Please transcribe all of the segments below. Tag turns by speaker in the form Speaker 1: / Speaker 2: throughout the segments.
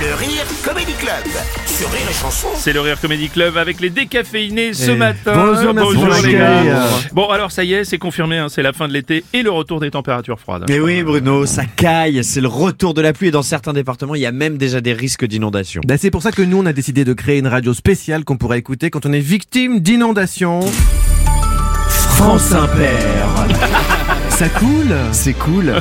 Speaker 1: Le Rire Comedy Club sur Rire et Chanson.
Speaker 2: C'est le Rire Comedy Club avec les décaféinés ce matin.
Speaker 3: Eh, bonjour, merci pour
Speaker 2: les
Speaker 3: l'accueil.
Speaker 2: gars. Bon, alors ça y est, c'est confirmé, hein, c'est la fin de l'été et le retour des températures froides.
Speaker 3: Mais Eh oui Bruno, ça caille, c'est le retour de la pluie et dans certains départements il y a même déjà des risques d'inondation.
Speaker 4: Ben, c'est pour ça que nous, on a décidé de créer une radio spéciale qu'on pourrait écouter quand on est victime d'inondations.
Speaker 3: France Impair
Speaker 4: Ça coule
Speaker 3: C'est cool.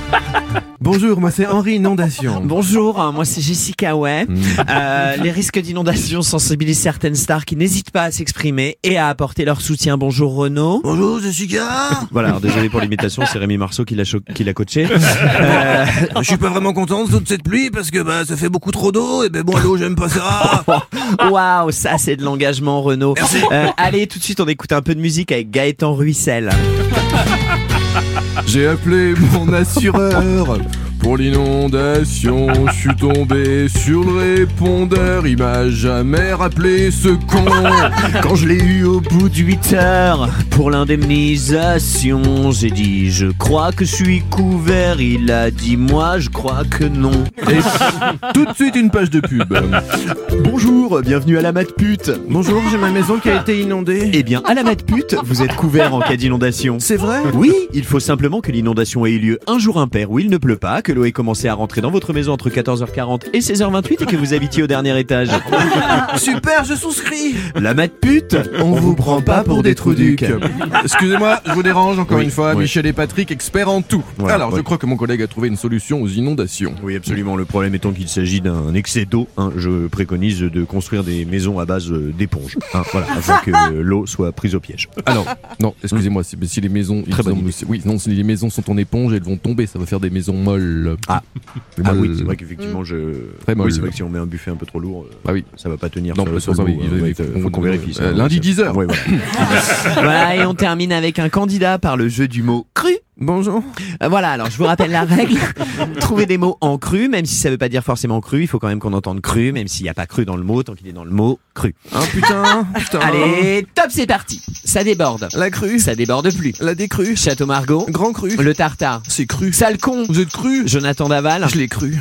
Speaker 4: Bonjour, moi c'est Henri Inondation.
Speaker 3: Bonjour, hein, moi c'est Jessica Way. Euh, les risques d'inondation sensibilisent certaines stars qui n'hésitent pas à s'exprimer et à apporter leur soutien. Bonjour Renaud.
Speaker 4: Bonjour, Jessica
Speaker 3: Voilà, alors, désolé pour l'imitation, c'est Rémi Marceau qui l'a cho- qui l'a coaché.
Speaker 4: Je suis pas vraiment content de toute cette pluie parce que bah, ça fait beaucoup trop d'eau et ben bon, l'eau, j'aime pas ça.
Speaker 3: Waouh, ça c'est de l'engagement Renaud. Euh, allez, tout de suite on écoute un peu de musique avec Gaëtan Ruissel.
Speaker 5: J'ai appelé
Speaker 4: Oh,
Speaker 5: mon assureur pour l'inondation. Je suis tombé sur le répondeur. Il m'a jamais rappelé ce con.
Speaker 3: Quand je l'ai eu au bout de 8 heures pour l'indemnisation, j'ai dit je crois que je suis couvert. Il a dit moi je crois que non.
Speaker 5: Et tout de suite une page de pub.
Speaker 3: Bonjour, bienvenue à la mat pute.
Speaker 4: Bonjour, j'ai ma maison qui a été inondée.
Speaker 3: Eh bien, à la mat pute, vous êtes couvert en cas d'inondation.
Speaker 4: C'est vrai
Speaker 3: Oui, il faut simplement que l'inondation ait eu lieu un jour impair où il ne pleut pas, que l'eau ait commencé à rentrer dans votre maison entre 14h40 et 16h28 et que vous habitiez au dernier étage.
Speaker 4: Ah, Super, je souscris
Speaker 3: La mat pute,
Speaker 4: On vous prend pas pour des trouducs.
Speaker 5: Excusez-moi, je vous dérange encore
Speaker 3: Oui,
Speaker 5: une fois.
Speaker 3: oui.
Speaker 5: Michel et Patrick, experts en tout.
Speaker 3: Voilà,
Speaker 5: Alors,
Speaker 3: ouais.
Speaker 5: je crois que mon collègue a trouvé une solution aux inondations.
Speaker 3: Oui, absolument. Le problème étant qu'il s'agit d'un excès d'eau. hein. Je préconise de construire des maisons à base euh, d'éponges. hein, voilà, afin que euh, l'eau soit prise au piège.
Speaker 5: Alors, non, excusez-moi, c'est- si les maisons, ils
Speaker 3: Très bonne
Speaker 5: ont-
Speaker 3: idée.
Speaker 5: c'est- oui, non, si les maisons sont en éponge, elles vont tomber. Ça va faire des maisons molles.
Speaker 3: Ah. Ah
Speaker 5: Molles.
Speaker 3: oui, c'est vrai qu'effectivement, je.
Speaker 5: Très molle.
Speaker 3: Oui, c'est vrai que si on met un buffet un peu trop lourd, euh,
Speaker 5: Ah oui.
Speaker 3: ça va pas tenir.
Speaker 5: Non,
Speaker 3: sur,
Speaker 5: mais
Speaker 3: sur
Speaker 5: ça,
Speaker 3: le
Speaker 5: oui,
Speaker 3: bout,
Speaker 5: il
Speaker 3: hein,
Speaker 5: va-
Speaker 3: ouais,
Speaker 5: il
Speaker 3: faut,
Speaker 5: faut qu'on
Speaker 3: qu'on vérifie ça. hein.
Speaker 5: euh, lundi, 10 heures.
Speaker 3: Ouais, voilà.
Speaker 6: Voilà, et on termine avec un candidat par le jeu du mot cru.
Speaker 4: Bonjour.
Speaker 6: Euh, Voilà, alors je vous rappelle la règle.
Speaker 3: Trouver des mots en cru, même si ça veut pas dire forcément cru, il faut quand même qu'on entende cru, même s'il n'y a pas cru dans le mot, tant qu'il est dans le mot cru.
Speaker 4: Hein, putain, putain.
Speaker 6: Allez, top, c'est parti. Ça déborde.
Speaker 4: La crue,
Speaker 6: Ça déborde plus.
Speaker 4: la décrue,
Speaker 6: Château Margot,
Speaker 4: grand cru.
Speaker 6: le tartare.
Speaker 4: C'est cru.
Speaker 6: Sale con,
Speaker 4: Vous êtes cru
Speaker 6: Jonathan Daval.
Speaker 4: Je l'ai cru.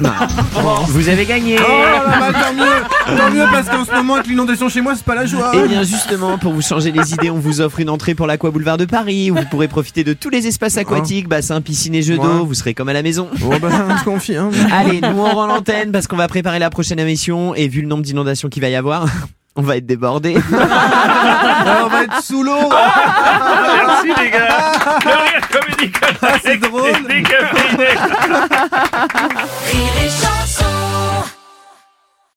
Speaker 6: Vous avez gagné.
Speaker 4: Oh là là, tant mieux, tant mieux parce qu'en ce moment avec l'inondation chez moi, c'est pas la joie.
Speaker 6: Et Eh bien justement, pour vous changer les idées, on vous offre une entrée pour l'Aqua Boulevard de Paris, où vous pourrez profiter de tous les espaces aquatiques, bassins, piscines et jeux d'eau.
Speaker 4: Ouais.
Speaker 6: Vous serez comme à la maison.
Speaker 4: Bon ben, je confirme.
Speaker 6: Allez, nous on rend l'antenne parce qu'on va préparer la prochaine émission et vu le nombre d'inondations qu'il va y avoir, on va être débordé.
Speaker 4: Ah, on va être sous l'eau.
Speaker 2: Merci les gars Le
Speaker 3: Ah,
Speaker 2: Rire Comedy Club
Speaker 4: c'est
Speaker 2: avec
Speaker 4: drôle.
Speaker 2: les décaféinés
Speaker 7: Rire et chanson